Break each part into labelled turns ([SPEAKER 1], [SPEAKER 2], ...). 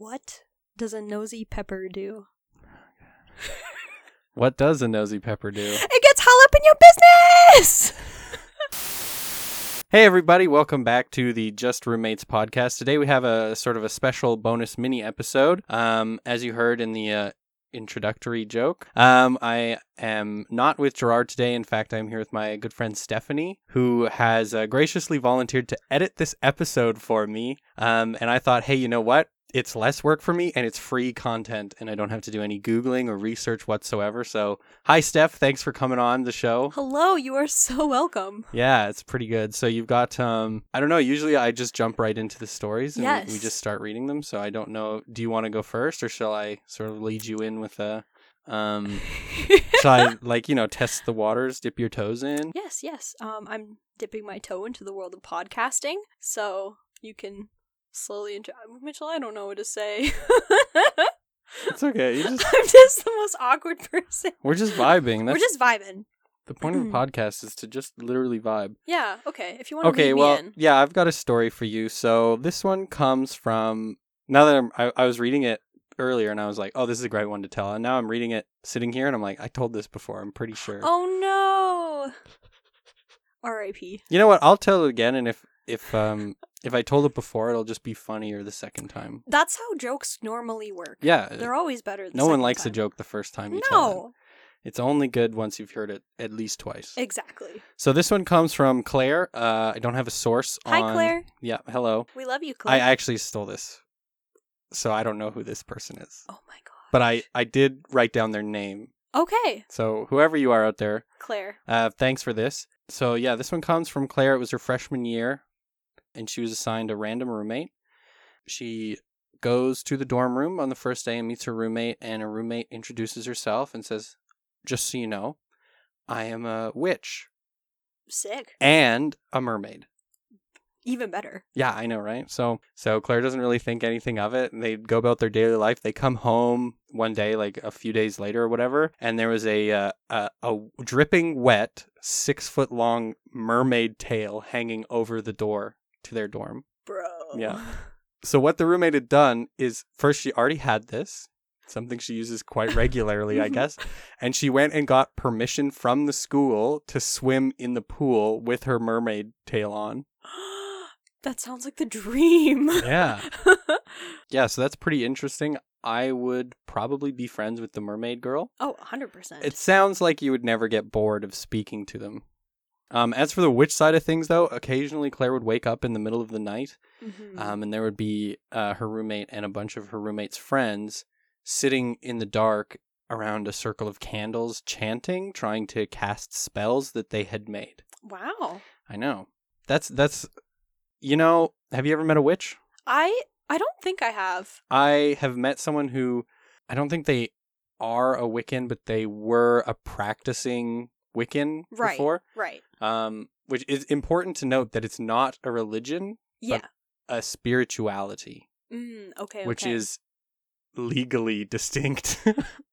[SPEAKER 1] What does a nosy pepper do?
[SPEAKER 2] What does a nosy pepper do?
[SPEAKER 1] It gets all up in your business!
[SPEAKER 2] Hey, everybody, welcome back to the Just Roommates podcast. Today we have a sort of a special bonus mini episode. Um, as you heard in the uh, introductory joke, um, I am not with Gerard today. In fact, I'm here with my good friend Stephanie, who has uh, graciously volunteered to edit this episode for me. Um, and I thought, hey, you know what? It's less work for me and it's free content, and I don't have to do any Googling or research whatsoever. So, hi, Steph. Thanks for coming on the show.
[SPEAKER 1] Hello, you are so welcome.
[SPEAKER 2] Yeah, it's pretty good. So you've got um I don't know, usually I just jump right into the stories and we, we
[SPEAKER 1] Yes.
[SPEAKER 2] just start reading them. So I don't know, do you want to go first or shall I sort of lead you in with a um shall I like, you know, test the waters, dip your toes in?
[SPEAKER 1] yes, yes. Um, I'm dipping my toe into the world of podcasting, so you can slowly enjoy. Mitchell, I don't know what to say.
[SPEAKER 2] It's okay. You just
[SPEAKER 1] I'm just the most awkward person.
[SPEAKER 2] we're just vibing. That's
[SPEAKER 1] We're just vibing.
[SPEAKER 2] the point of the podcast is to just literally vibe.
[SPEAKER 1] Yeah, okay. If you want to
[SPEAKER 2] Okay,
[SPEAKER 1] lead
[SPEAKER 2] well,
[SPEAKER 1] me in.
[SPEAKER 2] yeah, I've got a story for you. So this one comes from now that I'm, I, I was reading it earlier, and I was like, "Oh, this is a great one to tell." And now I'm reading it sitting here, and I'm like, "I told this before. I'm pretty sure."
[SPEAKER 1] Oh no! R.I.P.
[SPEAKER 2] You know what? I'll tell it again, and if if um if I told it before, it'll just be funnier the second time.
[SPEAKER 1] That's how jokes normally work.
[SPEAKER 2] Yeah,
[SPEAKER 1] They're always better the
[SPEAKER 2] no one
[SPEAKER 1] second
[SPEAKER 2] likes a
[SPEAKER 1] time.
[SPEAKER 2] joke the first time you tell
[SPEAKER 1] No,
[SPEAKER 2] it. It's only good once you've heard it at least twice.
[SPEAKER 1] exactly.
[SPEAKER 2] so this one comes from Claire. Uh, I don't have a source.
[SPEAKER 1] Hi,
[SPEAKER 2] on-
[SPEAKER 1] Claire.
[SPEAKER 2] Yeah, hello.
[SPEAKER 1] We love you,
[SPEAKER 2] I
[SPEAKER 1] Claire.
[SPEAKER 2] actually stole this, so I don't know who this person is.
[SPEAKER 1] oh my god.
[SPEAKER 2] but I I did write down their name.
[SPEAKER 1] Okay,
[SPEAKER 2] So whoever you are out there,
[SPEAKER 1] Claire.
[SPEAKER 2] uh, thanks for this. So yeah, this one comes from Claire. It was her freshman year, and she was assigned a random roommate. She goes to the dorm room on the first day and meets her roommate, and her roommate introduces herself and says, "Just so you know, I am a witch
[SPEAKER 1] Sick.
[SPEAKER 2] and a mermaid."
[SPEAKER 1] Even better.
[SPEAKER 2] Yeah, I know, right? So so Claire doesn't really think anything of it. and They go about their daily life. They come home one day, like a few days later or whatever, and there was a uh, a, a dripping wet six foot long mermaid tail hanging over the door to their dorm.
[SPEAKER 1] Bro.
[SPEAKER 2] Yeah. So what the roommate had done is first she already had this. Something she uses quite regularly, I
[SPEAKER 1] Mhm.
[SPEAKER 2] guess. And she went and got permission from the school to swim in the pool with her mermaid tail on.
[SPEAKER 1] that sounds like the dream.
[SPEAKER 2] Yeah. Yeah, so that's pretty interesting. I would probably be friends with the mermaid girl.
[SPEAKER 1] oh, 100%.
[SPEAKER 2] It sounds like you would never get bored of speaking to them. Um, as for the witch side of things, though, occasionally Claire would wake up in the middle of the night,
[SPEAKER 1] Mhm.
[SPEAKER 2] um, and there would be uh, her roommate and a bunch of her roommate's friends sitting in the dark around a circle of candles, chanting, trying to cast spells that they had made.
[SPEAKER 1] wow.
[SPEAKER 2] I know. That's that's. You know, have you ever met a witch?
[SPEAKER 1] I I don't think I have.
[SPEAKER 2] I have met someone who I don't think they are a Wiccan, but they were a practicing Wiccan
[SPEAKER 1] Right.
[SPEAKER 2] before.
[SPEAKER 1] Right.
[SPEAKER 2] Um, which is important to note that it's not a religion,
[SPEAKER 1] Yeah.
[SPEAKER 2] a spirituality,
[SPEAKER 1] mm, okay.
[SPEAKER 2] which
[SPEAKER 1] okay.
[SPEAKER 2] is legally distinct,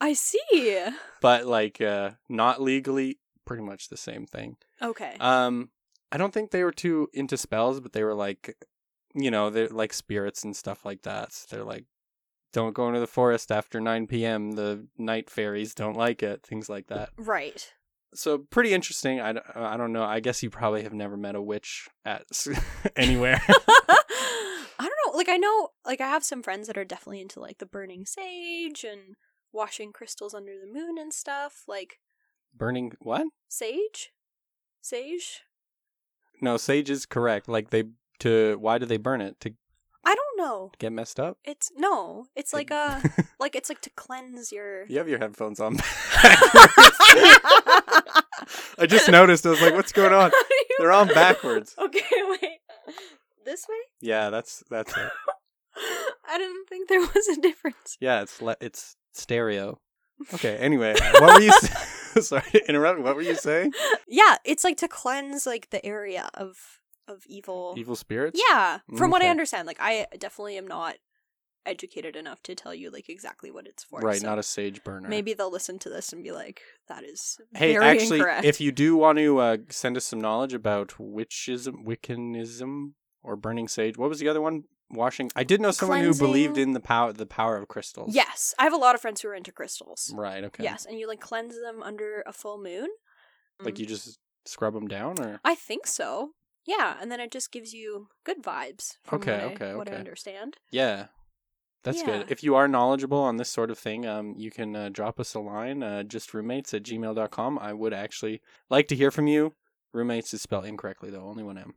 [SPEAKER 1] I see.
[SPEAKER 2] but like uh, not legally, pretty much the same thing.
[SPEAKER 1] Okay.
[SPEAKER 2] Um, I don't think they were too into spells, but they were like, you know, they're like spirits and stuff like that. So they're like, don't go into the forest after 9 p.m. The night fairies don't like it, things like that.
[SPEAKER 1] right.
[SPEAKER 2] So pretty interesting. I, d- I don't know. I guess you probably have never met a witch at s- anywhere.
[SPEAKER 1] I don't know. Like I know like I have some friends that are definitely into like the burning sage and washing crystals under the moon and stuff. Like
[SPEAKER 2] Burning what?
[SPEAKER 1] sage? Sage?
[SPEAKER 2] No, sage is correct. Like they to why do they burn it to
[SPEAKER 1] I don't know.
[SPEAKER 2] get messed up?
[SPEAKER 1] It's no. It's like a like it's like to cleanse your
[SPEAKER 2] you have your headphones on.
[SPEAKER 1] I
[SPEAKER 2] I just noticed. I was like, what's going on? They're all backwards.
[SPEAKER 1] Okay, wait. This way?
[SPEAKER 2] Yeah, that's that's it.
[SPEAKER 1] I didn't think there was a difference.
[SPEAKER 2] Yeah, it's le- it's stereo. Okay. Anyway, uh, what were you? s Sorry to interrupt. What were you saying?
[SPEAKER 1] Yeah, it's like to cleanse like the area of of evil.
[SPEAKER 2] Evil spirits.
[SPEAKER 1] Yeah, from what I
[SPEAKER 2] Okay.
[SPEAKER 1] understand, like I definitely am not educated enough to tell you like exactly what it's for.
[SPEAKER 2] Right.
[SPEAKER 1] so
[SPEAKER 2] Not a sage burner.
[SPEAKER 1] Maybe they'll listen to this and be like, "That is
[SPEAKER 2] Hey,
[SPEAKER 1] very
[SPEAKER 2] actually,
[SPEAKER 1] incorrect."
[SPEAKER 2] if you do want to uh, send us some knowledge about witchism, Wiccanism, or burning sage, what was the other one? washing. I did know someone who believed
[SPEAKER 1] Cleansing.
[SPEAKER 2] in the power the power of crystals.
[SPEAKER 1] Yes, I have a lot of friends who are into crystals.
[SPEAKER 2] Right. Okay.
[SPEAKER 1] Yes, and you like cleanse them under a full moon.
[SPEAKER 2] Like
[SPEAKER 1] Mm.
[SPEAKER 2] you just scrub them down, or
[SPEAKER 1] I think so. Yeah, and then it just gives you good vibes. From
[SPEAKER 2] Okay,
[SPEAKER 1] what I-
[SPEAKER 2] okay,
[SPEAKER 1] What I
[SPEAKER 2] okay.
[SPEAKER 1] understand.
[SPEAKER 2] yeah. That's
[SPEAKER 1] Yeah.
[SPEAKER 2] good. If you are knowledgeable on this sort of thing, um, you can uh, drop us a line, uh, just roommates at gmail.com. I would actually like to hear from you. Roommates is spelled incorrectly, though, only one M.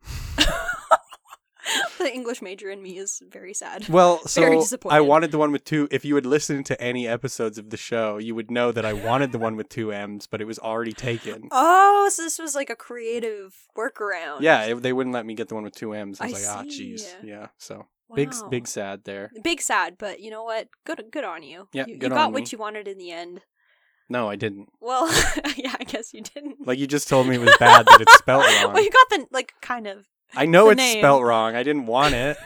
[SPEAKER 1] the English major in me is very sad.
[SPEAKER 2] Well,
[SPEAKER 1] Very
[SPEAKER 2] so I
[SPEAKER 1] disappointed.
[SPEAKER 2] wanted the one with two. If you had listened to any episodes of the show, you would know that I wanted the one with two M's, but it was already taken.
[SPEAKER 1] Oh, so this was like a creative workaround.
[SPEAKER 2] Yeah, it, they wouldn't let me get the one with two M's. I was
[SPEAKER 1] Oh, I
[SPEAKER 2] like, ah,
[SPEAKER 1] see.
[SPEAKER 2] jeez. Yeah, so big,
[SPEAKER 1] Wow.
[SPEAKER 2] big sad there.
[SPEAKER 1] big sad, but you know what? Good, good on you.
[SPEAKER 2] Yeah,
[SPEAKER 1] you,
[SPEAKER 2] good
[SPEAKER 1] you
[SPEAKER 2] on
[SPEAKER 1] got
[SPEAKER 2] me.
[SPEAKER 1] what you wanted in the end.
[SPEAKER 2] No, I didn't.
[SPEAKER 1] Well, yeah, I guess you didn't.
[SPEAKER 2] Like you just told me it was bad that it's spelled
[SPEAKER 1] well,
[SPEAKER 2] wrong.
[SPEAKER 1] you got the like kind of.
[SPEAKER 2] I know
[SPEAKER 1] the
[SPEAKER 2] it's
[SPEAKER 1] name.
[SPEAKER 2] spelt wrong. I didn't want it,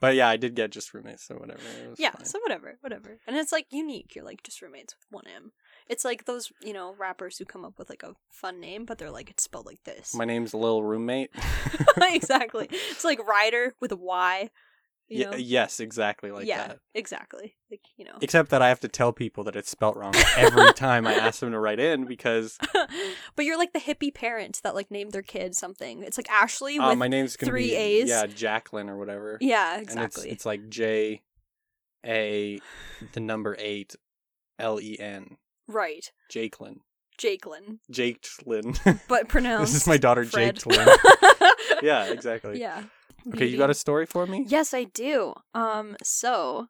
[SPEAKER 2] but yeah, I did get just roommates, so whatever. It was
[SPEAKER 1] Yeah,
[SPEAKER 2] fine.
[SPEAKER 1] so whatever, whatever. And it's like unique. You're like just roommates with one M. It's like those, you know, rappers who come up with like a fun name, but they're like it's spelled like this.
[SPEAKER 2] my name's Lil Roommate.
[SPEAKER 1] exactly. It's like Ryder with a Y. You
[SPEAKER 2] Ye-
[SPEAKER 1] know?
[SPEAKER 2] yes, exactly like
[SPEAKER 1] yeah,
[SPEAKER 2] that.
[SPEAKER 1] exactly. Like you know,
[SPEAKER 2] Except that I have to tell people that it's spelt wrong every time I ask them to write in because
[SPEAKER 1] but you're like the hippie parent that like named their kid something. It's like Ashley
[SPEAKER 2] uh,
[SPEAKER 1] with
[SPEAKER 2] my name's gonna
[SPEAKER 1] three
[SPEAKER 2] be
[SPEAKER 1] A's.
[SPEAKER 2] yeah Jacqueline or whatever.
[SPEAKER 1] yeah,
[SPEAKER 2] And it's
[SPEAKER 1] exactly.
[SPEAKER 2] it's like J A the number eight L E N
[SPEAKER 1] right,
[SPEAKER 2] Jacqueline
[SPEAKER 1] Jacqueline,
[SPEAKER 2] Jacqueline.
[SPEAKER 1] but pronounced.
[SPEAKER 2] this is my daughter
[SPEAKER 1] Fred.
[SPEAKER 2] Jacqueline. yeah, exactly.
[SPEAKER 1] yeah.
[SPEAKER 2] Okay,
[SPEAKER 1] Beauty.
[SPEAKER 2] you got a story for me?
[SPEAKER 1] Yes, I do. Um, so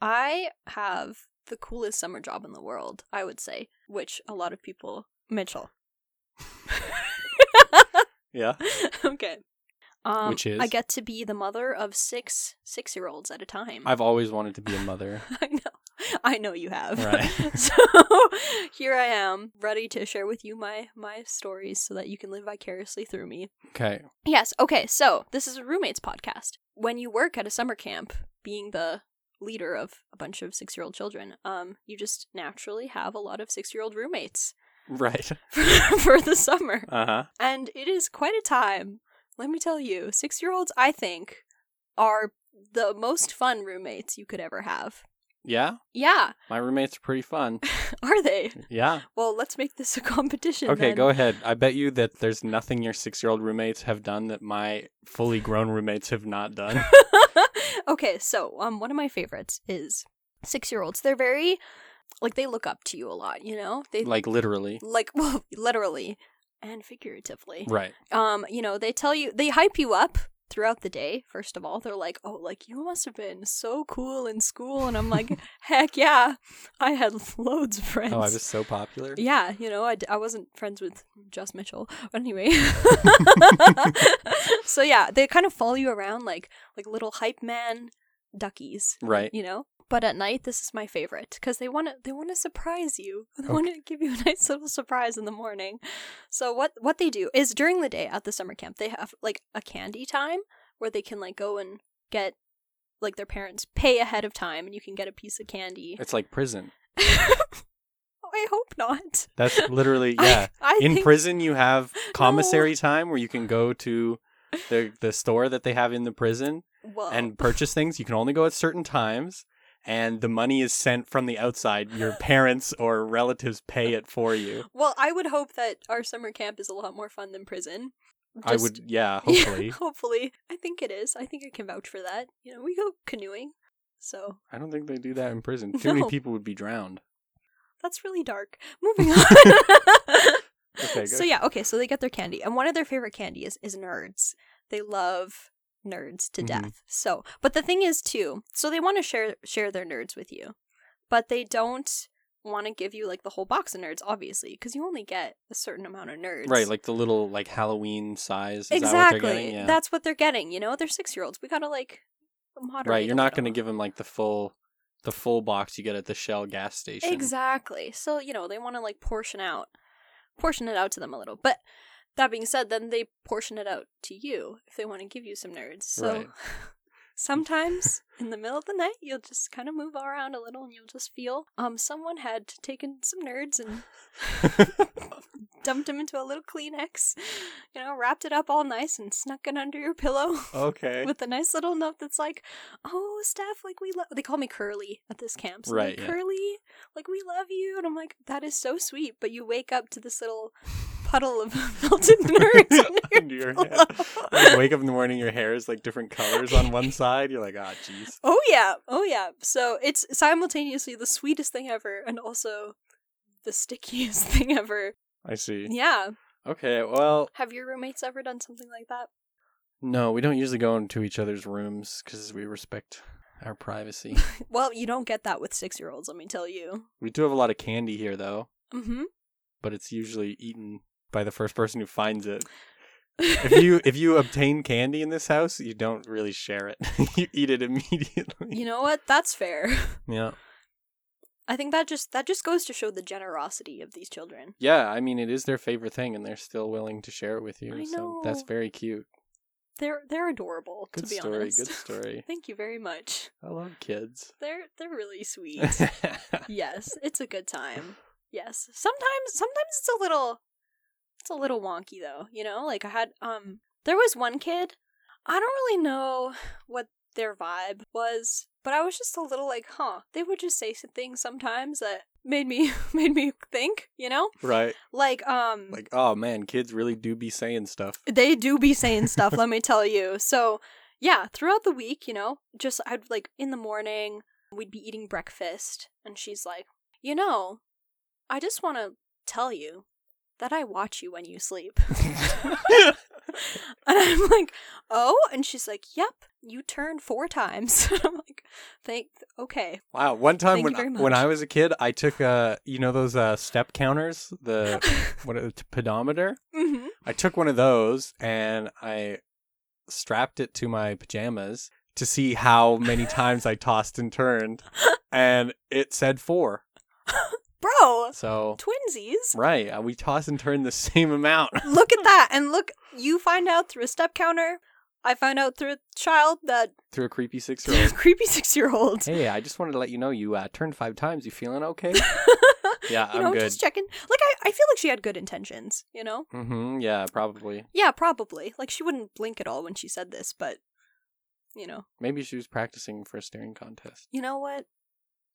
[SPEAKER 1] I have the coolest summer job in the world, I would say, which a lot of people Mitchell.
[SPEAKER 2] Yeah.
[SPEAKER 1] okay. Um,
[SPEAKER 2] Which is?
[SPEAKER 1] I get to be the mother of six six year olds at a time.
[SPEAKER 2] I've always wanted to be a mother.
[SPEAKER 1] I know. I know you have.
[SPEAKER 2] Right.
[SPEAKER 1] so here I am, ready to share with you my my stories so that you can live vicariously through me.
[SPEAKER 2] Okay.
[SPEAKER 1] Yes. Okay. So this is a roommates podcast. When you work at a summer camp, being the leader of a bunch of six year old children, um, you just naturally have a lot of six year old roommates
[SPEAKER 2] Right.
[SPEAKER 1] for, for the summer.
[SPEAKER 2] Uh huh.
[SPEAKER 1] And it is quite a time. Let me tell you, six year olds, I think, are the most fun roommates you could ever have.
[SPEAKER 2] Yeah.
[SPEAKER 1] Yeah.
[SPEAKER 2] My roommates are pretty fun.
[SPEAKER 1] Are they?
[SPEAKER 2] Yeah.
[SPEAKER 1] Well, let's make this a competition.
[SPEAKER 2] Okay,
[SPEAKER 1] then.
[SPEAKER 2] go ahead. I bet you that there's nothing your six year old roommates have done that my fully grown roommates have not done.
[SPEAKER 1] okay, so um, one of my favorites is six-year-olds. They're very like they look up to you a lot. You know, they like,
[SPEAKER 2] like, literally.
[SPEAKER 1] well, literally and figuratively.
[SPEAKER 2] Right.
[SPEAKER 1] Um, you know, they tell you they hype you up throughout the day. First of all, they're like, "Oh, like you must have been so cool in school," and I'm like, "Heck yeah, I had loads of friends."
[SPEAKER 2] Oh, I was so popular.
[SPEAKER 1] Yeah, you know, I, d- I wasn't friends with Jess Mitchell. But anyway. so yeah, they kind of follow you around like like little hype man duckies,
[SPEAKER 2] Right.
[SPEAKER 1] you know? But at night this is my favorite cuz they want to they want to surprise you. They
[SPEAKER 2] Okay.
[SPEAKER 1] want to give you a nice little surprise in the morning. So what what they do is during the day at the summer camp, they have like a candy time where they can like go and get like their parents pay ahead of time and you can get a piece of candy.
[SPEAKER 2] It's like prison.
[SPEAKER 1] I hope not.
[SPEAKER 2] That's literally,
[SPEAKER 1] I-
[SPEAKER 2] yeah.
[SPEAKER 1] I,
[SPEAKER 2] In
[SPEAKER 1] think-
[SPEAKER 2] prison, you have commissary time where you can go to the, the store that they have in the prison
[SPEAKER 1] Whoa.
[SPEAKER 2] and purchase things. You can only go at certain times. And the money is sent from the outside. Your parents or relatives pay it for you.
[SPEAKER 1] well, I would hope that our summer camp is a lot more fun than prison.
[SPEAKER 2] I
[SPEAKER 1] Just-
[SPEAKER 2] would, yeah,
[SPEAKER 1] Yeah,
[SPEAKER 2] hopefully.
[SPEAKER 1] hopefully, I think it is. I think I can vouch for that. You know, we go canoeing, so
[SPEAKER 2] I don't think they do that in prison. Too many
[SPEAKER 1] No.
[SPEAKER 2] people would be drowned.
[SPEAKER 1] that's really dark. Moving on.
[SPEAKER 2] Okay,
[SPEAKER 1] so
[SPEAKER 2] good.
[SPEAKER 1] yeah, okay. So they get their candy, and one of their favorite candy is is nerds. They love nerds to
[SPEAKER 2] Mhm.
[SPEAKER 1] death. So, but the thing is too, so they want to share share their nerds with you, but they don't want to give you like the whole box of nerds, obviously, because you only get a certain amount of nerds.
[SPEAKER 2] Right, like the little like Halloween size. Is
[SPEAKER 1] exactly.
[SPEAKER 2] That what they're getting? Yeah.
[SPEAKER 1] That's what they're getting. You know, they're six year olds. We gotta like moderate.
[SPEAKER 2] right. You're
[SPEAKER 1] a
[SPEAKER 2] not going to
[SPEAKER 1] little.
[SPEAKER 2] give them like the full, the full box you get at the Shell gas station.
[SPEAKER 1] exactly. So you know they want to like portion out, portion it out to them a little. But that being said, then they portion it out to you if they want to give you some nerds. So
[SPEAKER 2] Right.
[SPEAKER 1] sometimes in the middle of the night, you'll just kind of move around a little, and you'll just feel um someone had taken some nerds and dumped him into a little Kleenex, you know, wrapped it up all nice and snuck it under your pillow
[SPEAKER 2] Okay.
[SPEAKER 1] with a nice little note that's like, "Oh, Steph, like we love." They call me Curly at this camp. So
[SPEAKER 2] Right,
[SPEAKER 1] right,
[SPEAKER 2] yeah.
[SPEAKER 1] Curly, like we love you, and I'm like, that is so sweet. But you wake up to this little puddle of melted nerds under your
[SPEAKER 2] Under your
[SPEAKER 1] pillow.
[SPEAKER 2] You wake up in the morning, your hair is like different colors on one side. You're like, ah, jeez.
[SPEAKER 1] Oh yeah, oh yeah. So it's simultaneously the sweetest thing ever, and also the stickiest thing ever.
[SPEAKER 2] I see.
[SPEAKER 1] Yeah.
[SPEAKER 2] Okay, well,
[SPEAKER 1] Have your roommates ever done something like that?
[SPEAKER 2] no, we don't usually go into each other's rooms because we respect our privacy.
[SPEAKER 1] Well, you don't get that with six year olds, let me tell you.
[SPEAKER 2] we do have a lot of candy here, though,
[SPEAKER 1] Mm-hmm.
[SPEAKER 2] but it's usually eaten by the first person who finds it. If you if you obtain candy in this house, you don't really share it. you eat it immediately.
[SPEAKER 1] you know what? That's fair.
[SPEAKER 2] Yeah.
[SPEAKER 1] I think that just that just goes to show the generosity of these children.
[SPEAKER 2] Yeah, I mean it is their favorite thing and they're still willing to share it with you.
[SPEAKER 1] I
[SPEAKER 2] So that's
[SPEAKER 1] know.
[SPEAKER 2] very cute.
[SPEAKER 1] They're they're adorable,
[SPEAKER 2] Good
[SPEAKER 1] to be
[SPEAKER 2] story,
[SPEAKER 1] honest.
[SPEAKER 2] good story.
[SPEAKER 1] Thank you very much.
[SPEAKER 2] I love kids.
[SPEAKER 1] They're they're really sweet. yes, it's a good time. Yes. Sometimes sometimes it's a little it's a little wonky though, you know? Like I had um there was one kid, I don't really know what their vibe was, but I was just a little like, huh. They would just say some things sometimes that made me made me think, you know?
[SPEAKER 2] right.
[SPEAKER 1] Like um
[SPEAKER 2] Like, oh man, kids really do be saying stuff.
[SPEAKER 1] they do be saying stuff let me tell you so yeah throughout the week you know just i'd like in the morning we'd be eating breakfast and she's like you know i just want to tell you that i watch you when you sleep and i'm like oh and she's like yep you turn four times and i'm like thank okay
[SPEAKER 2] wow. One time
[SPEAKER 1] Thank you very
[SPEAKER 2] when when
[SPEAKER 1] much.
[SPEAKER 2] I was a kid, I took uh you know those uh step counters, the what uh, pedometer?
[SPEAKER 1] hmm
[SPEAKER 2] I took one of those and I strapped it to my pajamas to see how many times I tossed and turned, and it said four.
[SPEAKER 1] bro
[SPEAKER 2] So
[SPEAKER 1] twinsies
[SPEAKER 2] right, uh, we toss and turn the same amount.
[SPEAKER 1] look at that and look you find out through a step counter i find out through a child that
[SPEAKER 2] Through a creepy six-year-old.
[SPEAKER 1] creepy six year olds.
[SPEAKER 2] hey, I just wanted to let you know you uh, turned five times. You feeling okay? Yeah,
[SPEAKER 1] you
[SPEAKER 2] I'm
[SPEAKER 1] know,
[SPEAKER 2] good.
[SPEAKER 1] just checking. Like I, I feel like she had good intentions, you know?
[SPEAKER 2] Mm-hmm. Yeah, probably.
[SPEAKER 1] Yeah, probably. Like she wouldn't blink at all when she said this, but you know.
[SPEAKER 2] Maybe she was practicing for a staring contest.
[SPEAKER 1] You know what?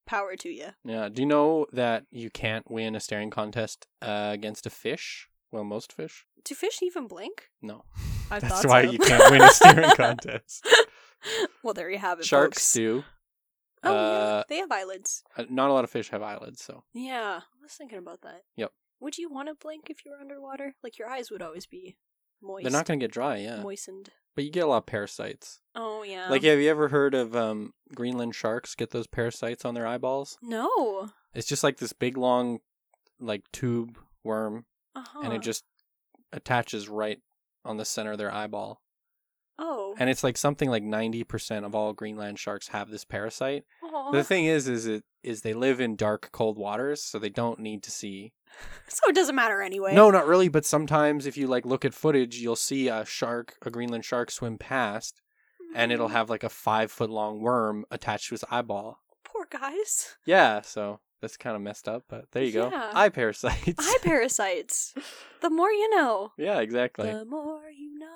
[SPEAKER 1] Power to you.
[SPEAKER 2] Yeah. Do you know that you can't win a staring contest uh, against a fish? Well, most fish.
[SPEAKER 1] Do fish even blink?
[SPEAKER 2] No.
[SPEAKER 1] I
[SPEAKER 2] That's
[SPEAKER 1] thought
[SPEAKER 2] why
[SPEAKER 1] so.
[SPEAKER 2] you can't win a staring contest.
[SPEAKER 1] well, there you have it.
[SPEAKER 2] Sharks
[SPEAKER 1] folks.
[SPEAKER 2] do.
[SPEAKER 1] Oh, yeah.
[SPEAKER 2] Uh,
[SPEAKER 1] They have eyelids.
[SPEAKER 2] uh, Not a lot of fish have eyelids, so
[SPEAKER 1] Yeah. I was thinking about that.
[SPEAKER 2] Yep.
[SPEAKER 1] Would you want to blink if you were underwater? Like your eyes would always be moist.
[SPEAKER 2] they're not going to get dry. Yeah,
[SPEAKER 1] moistened.
[SPEAKER 2] but you get a lot of parasites.
[SPEAKER 1] Oh yeah.
[SPEAKER 2] Like, have you ever heard of um, Greenland sharks get those parasites on their eyeballs?
[SPEAKER 1] No.
[SPEAKER 2] It's just like this big long, like tube worm,
[SPEAKER 1] Uh-huh.
[SPEAKER 2] and it just attaches right on the center of their eyeball.
[SPEAKER 1] Oh.
[SPEAKER 2] And it's like something like ninety percent of all Greenland sharks have this parasite.
[SPEAKER 1] Aw.
[SPEAKER 2] The thing is, is it is they live in dark, cold waters, so they don't need to see
[SPEAKER 1] So it doesn't matter anyway.
[SPEAKER 2] No, not really. But sometimes, if you like look at footage, you'll see a shark, a Greenland shark, swim past, and
[SPEAKER 1] Mm-hmm. Hmm,
[SPEAKER 2] it'll have like a five foot long worm attached to his eyeball.
[SPEAKER 1] poor guys.
[SPEAKER 2] Yeah, so that's kind of messed up. But there you go,
[SPEAKER 1] Yeah.
[SPEAKER 2] eye parasites.
[SPEAKER 1] Eye parasites. The more you know.
[SPEAKER 2] yeah, exactly.
[SPEAKER 1] The more you know.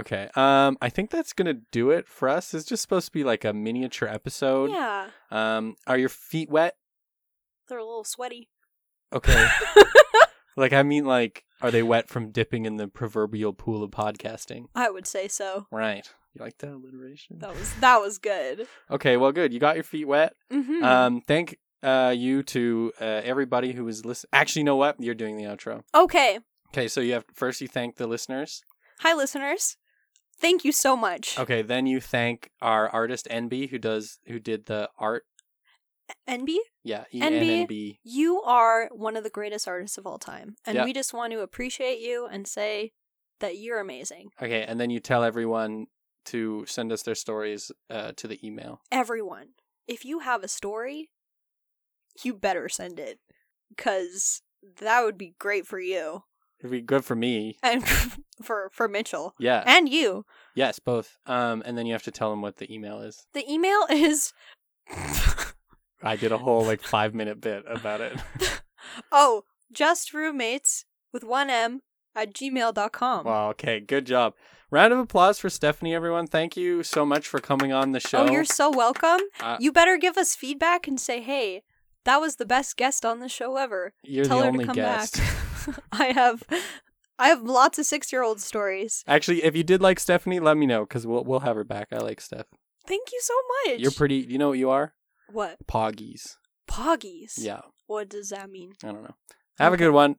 [SPEAKER 2] okay, um, I think that's gonna do it for us. It's just supposed to be like a miniature episode.
[SPEAKER 1] Yeah.
[SPEAKER 2] Um, are your feet wet?
[SPEAKER 1] They're a little sweaty.
[SPEAKER 2] Okay. like I mean, like are they wet from dipping in the proverbial pool of podcasting?
[SPEAKER 1] I would say so.
[SPEAKER 2] Right. You like that alliteration?
[SPEAKER 1] That was that was good.
[SPEAKER 2] Okay, well, good. You got your feet wet.
[SPEAKER 1] hmm
[SPEAKER 2] Um, thank uh, you to uh, everybody who was listening. Actually, you know what? You're doing the outro.
[SPEAKER 1] okay.
[SPEAKER 2] Okay, so you have first you thank the listeners.
[SPEAKER 1] Hi listeners. Thank you so much.
[SPEAKER 2] Okay, then you thank our artist NB who does who did the art.
[SPEAKER 1] NB,
[SPEAKER 2] Yeah, E N
[SPEAKER 1] NB.
[SPEAKER 2] N B.
[SPEAKER 1] you are one of the greatest artists of all time. And
[SPEAKER 2] Yeah.
[SPEAKER 1] we just want to appreciate you and say that you're amazing.
[SPEAKER 2] Okay, and then you tell everyone to send us their stories uh, to the email.
[SPEAKER 1] Everyone, if you have a story, you better send it. Cause that would be great for you.
[SPEAKER 2] It'd be good for me.
[SPEAKER 1] and for for Mitchell
[SPEAKER 2] Yeah.
[SPEAKER 1] and you.
[SPEAKER 2] yes, both. Um, and then you have to tell them what the email is.
[SPEAKER 1] The email is
[SPEAKER 2] I did a whole like five minute bit about it.
[SPEAKER 1] oh just roommates with one M at gmail.com.
[SPEAKER 2] Wow, okay, good job. Round of applause for Stephanie, everyone. Thank you so much for coming on the show.
[SPEAKER 1] Oh, you're so welcome.
[SPEAKER 2] Uh,
[SPEAKER 1] you better give us feedback and say, hey, that was the best guest on the show ever.
[SPEAKER 2] You're
[SPEAKER 1] Tell
[SPEAKER 2] the
[SPEAKER 1] her
[SPEAKER 2] only
[SPEAKER 1] to come
[SPEAKER 2] guest.
[SPEAKER 1] back. I have I have lots of six year old stories.
[SPEAKER 2] Actually, if you did like Stephanie, let me know because we'll we'll have her back. I like Steph.
[SPEAKER 1] Thank you so much.
[SPEAKER 2] You're pretty. You know what you are?
[SPEAKER 1] what?
[SPEAKER 2] Poggies.
[SPEAKER 1] Poggies.
[SPEAKER 2] Yeah,
[SPEAKER 1] What does that mean?
[SPEAKER 2] I don't know. Have a good one.